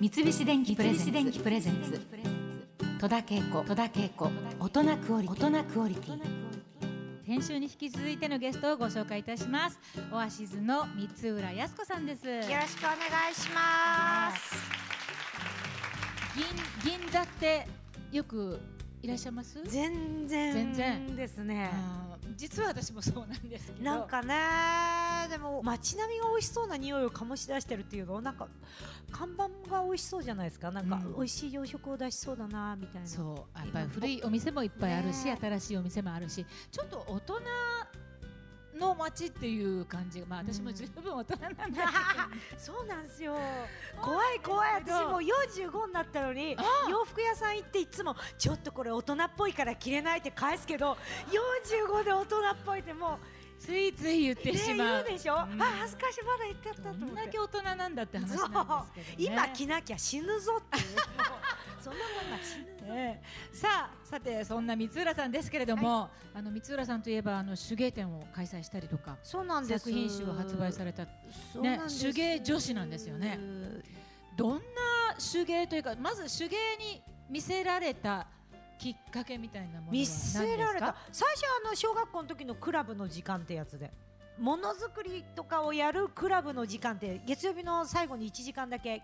三菱電機プレゼンツ戸田恵子戸田恵子大人クオリ大人クオリティ先週に引き続いてのゲストをご紹介いたしますオアシズの三浦靖子さんですよろよろしくお願いします。銀銀座ってよくいらっしゃいます全然全然ですね。あー実は私もそうなんですけどなんかねでも街並みが美味しそうな匂いを醸し出してるっていうのなんか看板が美味しそうじゃないですかなんかうん美味しい洋食を出しそうだなみたいな、そうやっぱり古いお店もいっぱいあるし、ね新しいお店もあるしちょっと大人の街っていう感じがまあ私も十分大人なんだけど、 そうなんですよ怖い怖いそう私もう45になったのに洋服屋さん行っていつもちょっとこれ大人っぽいから着れないって返すけど45で大人っぽいってもついつい言っう、てね、し言まう、うでしょ、あうん恥ずかしいまだ言ってたとど思っんてだけ大人なんだって話なんですけど、ね、今着なきゃ死ぬぞ っていうそんなもんが死ぬええさあさてそんな三浦さんですけれども、あの三浦さんといえばあの手芸展を開催したりとかそうなんです作品集を発売されたそうなんですね手芸女子なんですよねどんな手芸というかまず手芸に見せられたきっかけみたいなものは何で見すかせられた最初あの小学校の時のクラブの時間ってやつでものづくりとかをやるクラブの時間って月曜日の最後に1時間だけ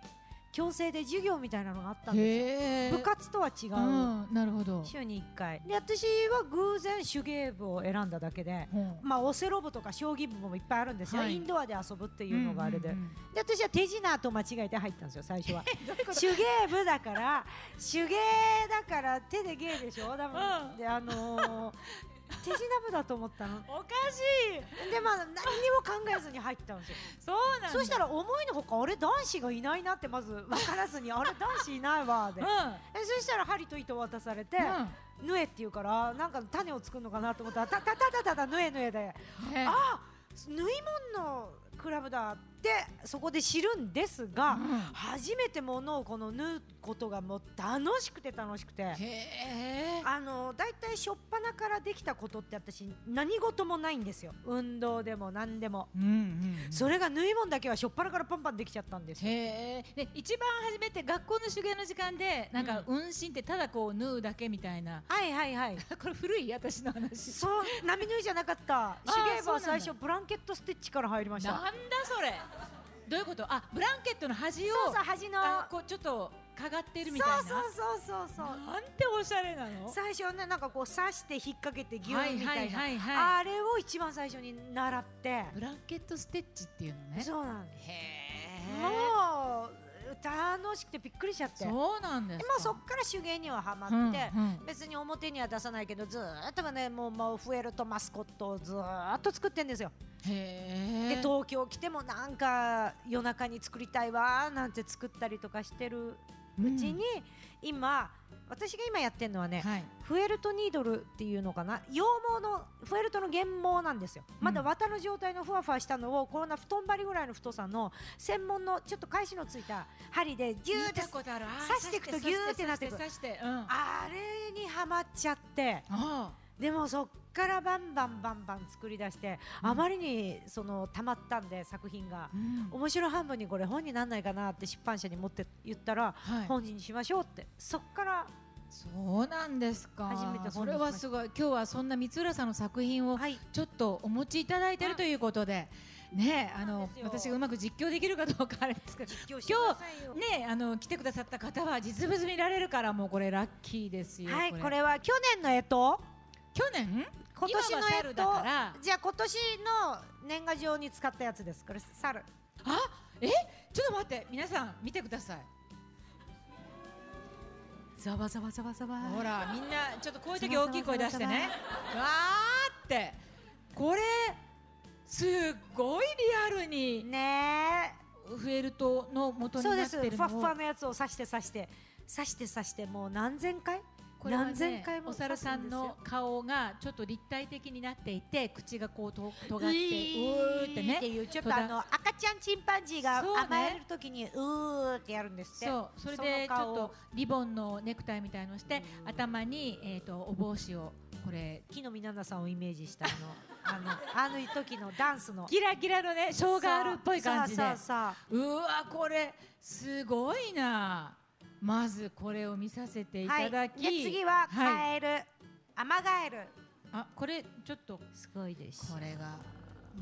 強制で授業みたいなのがあったんでへすえよ部活とは違うう、んなるほど、週に1回で私は偶然手芸部を選んだだけで、うんまあ、オセロ部とか将棋部もいっぱいあるんですよ、はいインドアで遊ぶっていうのがあれで、うんうんうんで私は手品と間違えて入ったんですよ最初はどういうこと手芸部だから手芸だから手で芸でしょだもん、うんであのー手品部だと思ったのおかしいでまあ何にも考えずに入ったんですよそうなんだそしたら思いのほかあれ男子がいないなってまず分からずにあれ男子いないわでうん、えそしたら針と糸渡されて、縫えって言うからなんか種を作るのかなと思ったらたたたたたた縫え縫えでうんねあ縫い物のクラブだってそこで知るんですが、うん初めてものをこの縫うことがもう楽しくて楽しくてへえあのだいたい初っ端からできたことって私何事もないんですよ運動でも何でも、うんうんうんそれが縫い物だけは初っ端からパンパンできちゃったんですよへえ。で一番初めて学校の手芸の時間でなんか運針ってただこう縫うだけみたいな。 はいはいはいこれ古い私の 話。そう波縫いじゃなか った手芸部そうなんだは最初ブランケットステッチから入りましなんただそれ。どういうこと？あブランケットの端をそうそう端のあこうちょっとかがってるそうみたいな。そうそうそうそうなんておしゃれなの？最初ねなんかこう刺して引っ掛けてギューンみたいな、はいはいはいはいあれを一番最初に習って、ブランケットステッチっていうのね。そうなんでへすえ。もう楽しくてびっくりしちゃってでまそうなんですか。あそっから手芸にはハマって、うんうん別に表には出さないけどずーっとねもうもうフエルとマスコットをずーっと作ってんですよ、へでえ。東京来てもなんか夜中に作りたいわーなんて作ったりとかしてるうちに、今私が今やってるのはね、はい。フェルトニードルっていうのかな羊毛のフェルトの原毛なんですよ、うんまだ綿の状態のふわふわしたのをこんな布団張りぐらいの太さの専門のちょっと返しのついた針でギューっ見てたことある。あ刺してくとギューってなってくる刺して刺して刺して。うん。ああれにはまっちゃってあ。でもそっからバンバンバンバン作り出して、うんあまりにその溜まったんで作品がう、ん面白半分にこれ本になんないかなって出版社に持って言ったら、はい。本にしましょうってそっからそうなんですか。初めて本にしましたそれはすごい。今日はそんな三浦さんの作品をはいちょっとお持ちいただいてるということで、ね、あそうなんのですよ私がうまく実況できるかどうかあれですけど。実況してくださいよね、あの来てくださった方は実物見られるからもうこれラッキーですよ。はいこれは去年の干支去年？今年の今はえ猿だからじゃあ今年の年賀状に使ったやつですこれ猿あ、え、ちょっと待って、皆さん見てください。ざわざわざわざわほら、みんなちょっとこういう時大きい声出して ね。わーって、これすっごいリアルに。ねフェルトの元えにそうなでっすてるふのわをっふわのやつを刺して刺して刺して刺してもう何千回これはね何千回もお猿さんの顔がちょっと立体的になっていて口がこうと尖ってうーってねっていうちょっとあの赤ちゃんチンパンジーがそうね甘える時にうーってやるんですってそうそれでちそょのっ顔とリボンのネクタイみたいのして頭にえっ、とお帽子をこれ木の実奈々さんをイメージしたあの あのあの時のダンスのギラギラのねショーガールっぽい感じでさあさあさあうわこれすごいなまずこれを見させていただき、で次はいはカエル、アマガエルあこれちょっとすごいですこれが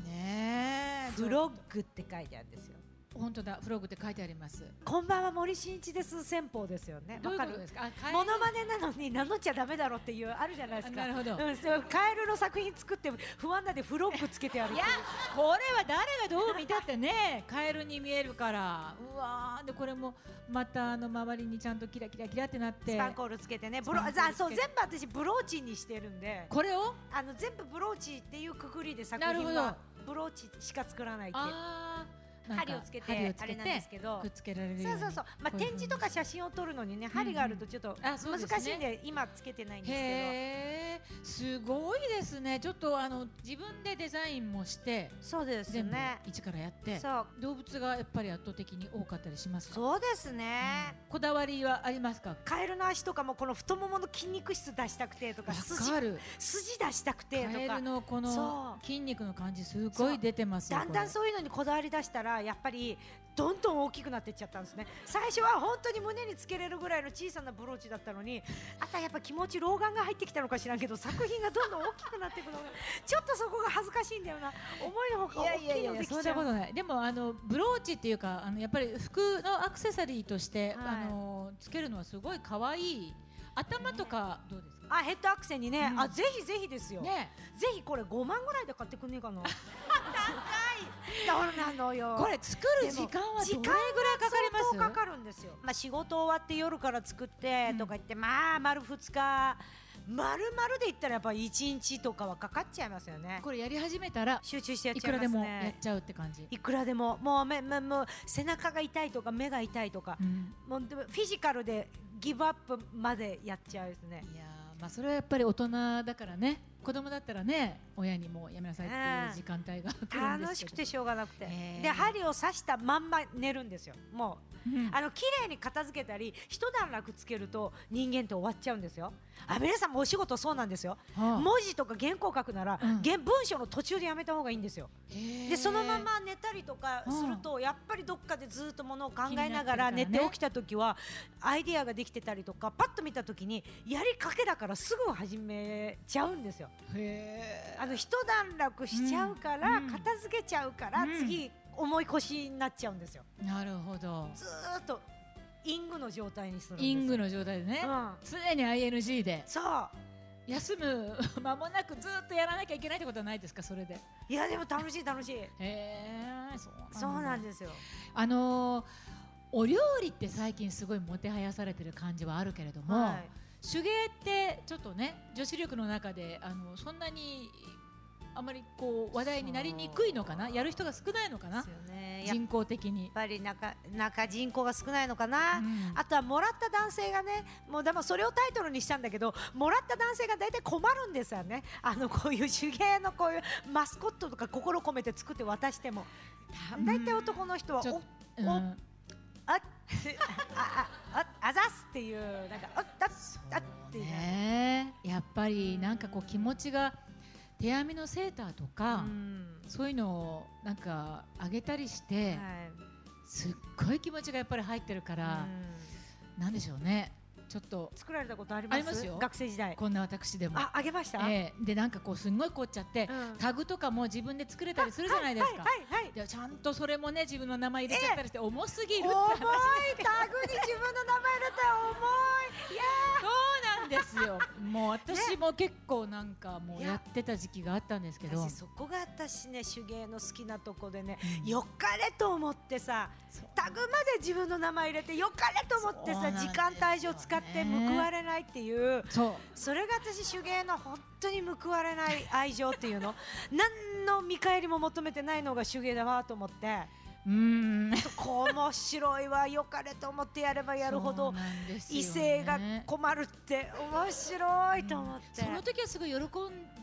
ねえフロッグって書いてあるんですよ本当だフログって書いてありますこんばんは森進一です戦法ですよねどういうわこかとでるすかあ変えモノマネなのに名乗っちゃダメだろっていうあるじゃないですかあなるほどうんそうカエルの作品作って不安なんでフロッグつけてあるいやこれは誰がどう見たってねカエルに見えるからうわーでこれもまたあの周りにちゃんとキラキラキラってなってスパンコールつけてねブロスパンコーあルつけそうて全部私ブローチにしてるんでこれをあの全部ブローチっていうくくりで作なる品ほどはブローチしか作らないってあーなんか針をつけて針をつあけれなんでてすけどくっつけられるよそううにそうそう、まあ、こい展風に示とか写真を撮るのにね針があるとちょっとあそう難ですねしいんで今つけてないんですけへえすごいですねちょっとあの自分でデザインもしてどそうです全部ね一からやってそう動物がやっぱり圧倒的に多かったりしますかそうですね、こだわりはありますかカエルの足とかもこの太ももの筋肉質出したくてとかわ筋かる筋出したくカてとエかルのこのそう筋肉の感じすごい出てますよだんだんこそういうのにこだわり出したらやっぱりどんどん大きくなっていっちゃったんですね最初は本当に胸につけれるぐらいの小さなブローチだったのにあとはやっぱ気持ち老眼が入ってきたのか知らんけど作品がどんどん大きくなっていくのがちょっとそこが恥ずかしいんだよな思いのほかれ大きいのできちそんゃなこうとないでもあのブローチっていうかあのやっぱり服のアクセサリーとして、はいあのつけるのはすごい可愛い頭とかどうですかあヘッドアクセにね、うんあぜひぜひですよ、ねぜひこれ5万ぐらいで買ってくんねえ かな高いそうなのよこれ作る時間は時どれ間ぐらいかかります相当かかるんですよ、まあ、仕事終わって夜から作ってうんとか言って、まあ丸2日丸々で言ったらやっぱ1日とかはかかっちゃいますよねこれやり始めたら集中してやっいちくゃらいまですもやっねちゃうって感じ、いくらでももうめめもう背中が痛いとか目が痛いとかう、んもうでもフィジカルでギブアップまでやっちゃうですねいやーまあそれはやっぱり大人だからね子供だったらね親にもうやめなさいっていう時間帯が来るんで楽すしけくどてしょうがなくて、へーで針を刺したまんま寝るんですよもううんあの綺麗に片付けたり一段落つけると人間って終わっちゃうんですよあ皆さんもお仕事そうなんですよはあ文字とか原稿書くなら、うん原文章の途中でやめた方がいいんですよでそのまま寝たりとかすると、やっぱりどっかでずっとものを考え気になながらってる寝からねて起きた時はアイディアができてたりとかパッと見た時にやりかけだからすぐ始めちゃうんですよへーあの一段落しちゃうから、うんうん片付けちゃうから、うん次重い腰になっちゃうんですよなるほどずーっとイングの状態にするんですよイングの状態でね、うん常に ING でそう休む間もなくずっとやらなきゃいけないってことはないですかそれでいやでも楽しい楽しいへえそうなんだそうなんですよあのーお料理って最近すごいもてはやされてる感じはあるけれども、はい手芸ってちょっとね女子力の中であのそんなにあまりこう話題になりにくいのかなそうやる人が少ないのかでなすよねやっ人工的に。ぱり中中人口が少ないのかな、うんあとはもらった男性がねもうでもそれをタイトルにしたんだけどもらった男性が大体困るんですよねあのこういう手芸のこういうマスコットとか心込めて作って渡してもうん大体男の人はちょおうんおあっってああああざすっていうなんかあっあっあっっていうねねやっぱりなんかこう気持ちが手編みのセーターとうか、んそういうのをなんかあげたりして、はいすっごい気持ちがやっぱり入ってるからう、んなんでしょうねちょっと作られたことありますありますよ学生時代こんな私でも。ああげました、ええでなんかこうすんごい凝っちゃって、うんタグとかも自分で作れたりするじゃないですか。はいはいはいでちゃんとそれもね自分の名前入れちゃったりして重すぎるって重話いタグに自分の名前入れたら重いいやそうなんですよもう私も結構なんかもういややってた時期があったんですけど私そこが私ね手芸の好きなとこでねうんよかれと思ってさそうタグまで自分の名前入れてよかれと思ってそうなさんです時よね間帯上使って報われないっていうそうそれが私手芸の本当に報われない愛情っていうの何の見返りも求めてないのが手芸だわと思ってうーんそこ面白いわよかれと思ってやればやるほそうどなんですよね異性が困るって面白いと思って、その時はすごい喜ん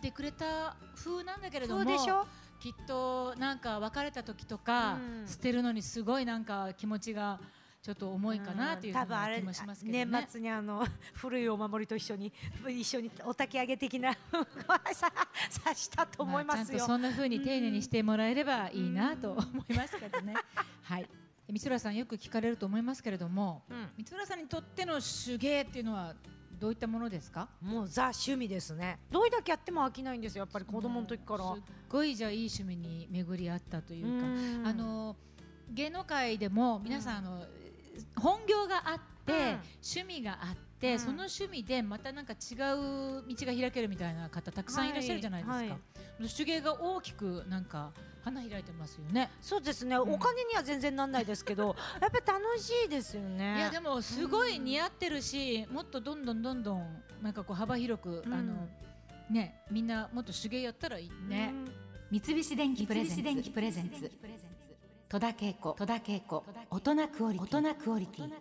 でくれた風なんだけれどもそうでしょきっとなんか別れた時とか、うん捨てるのにすごいなんか気持ちがちょっと重いかなという多分あれ気もしますけどね。年末にあの 古いお守りと一緒に一緒にお焚き上げ的な ささしたと思いまあちすゃんとよ。そんな風に丁寧にしてもらえればいいなと思いますけどね。はい。三浦さんよく聞かれると思いますけれども、うん三浦さんにとっての手芸っていうのはどういったものですか？もうザ趣味ですね。どれだけやっても飽きないんですよ。やっぱり子供の時から。すっごいじゃあいい趣味に巡り合ったというか、うんあの芸能界でも皆さん、あの本業があって、うん趣味があって、うんその趣味でまたなんか違う道が開けるみたいな方たくさんいらっしゃるじゃないですか、はいはい手芸が大きくなんか花開いてますよね、そうですね、んお金には全然なんないですけどやっぱり楽しいですよねいやでもすごい似合ってるし、もっとどんどんどんどんなんかこう幅広く、うんあのねみんなもっと手芸やったらいいね、三菱電機プレゼンツ戸田恵子戸田恵子大人クオリティ大人クオリティ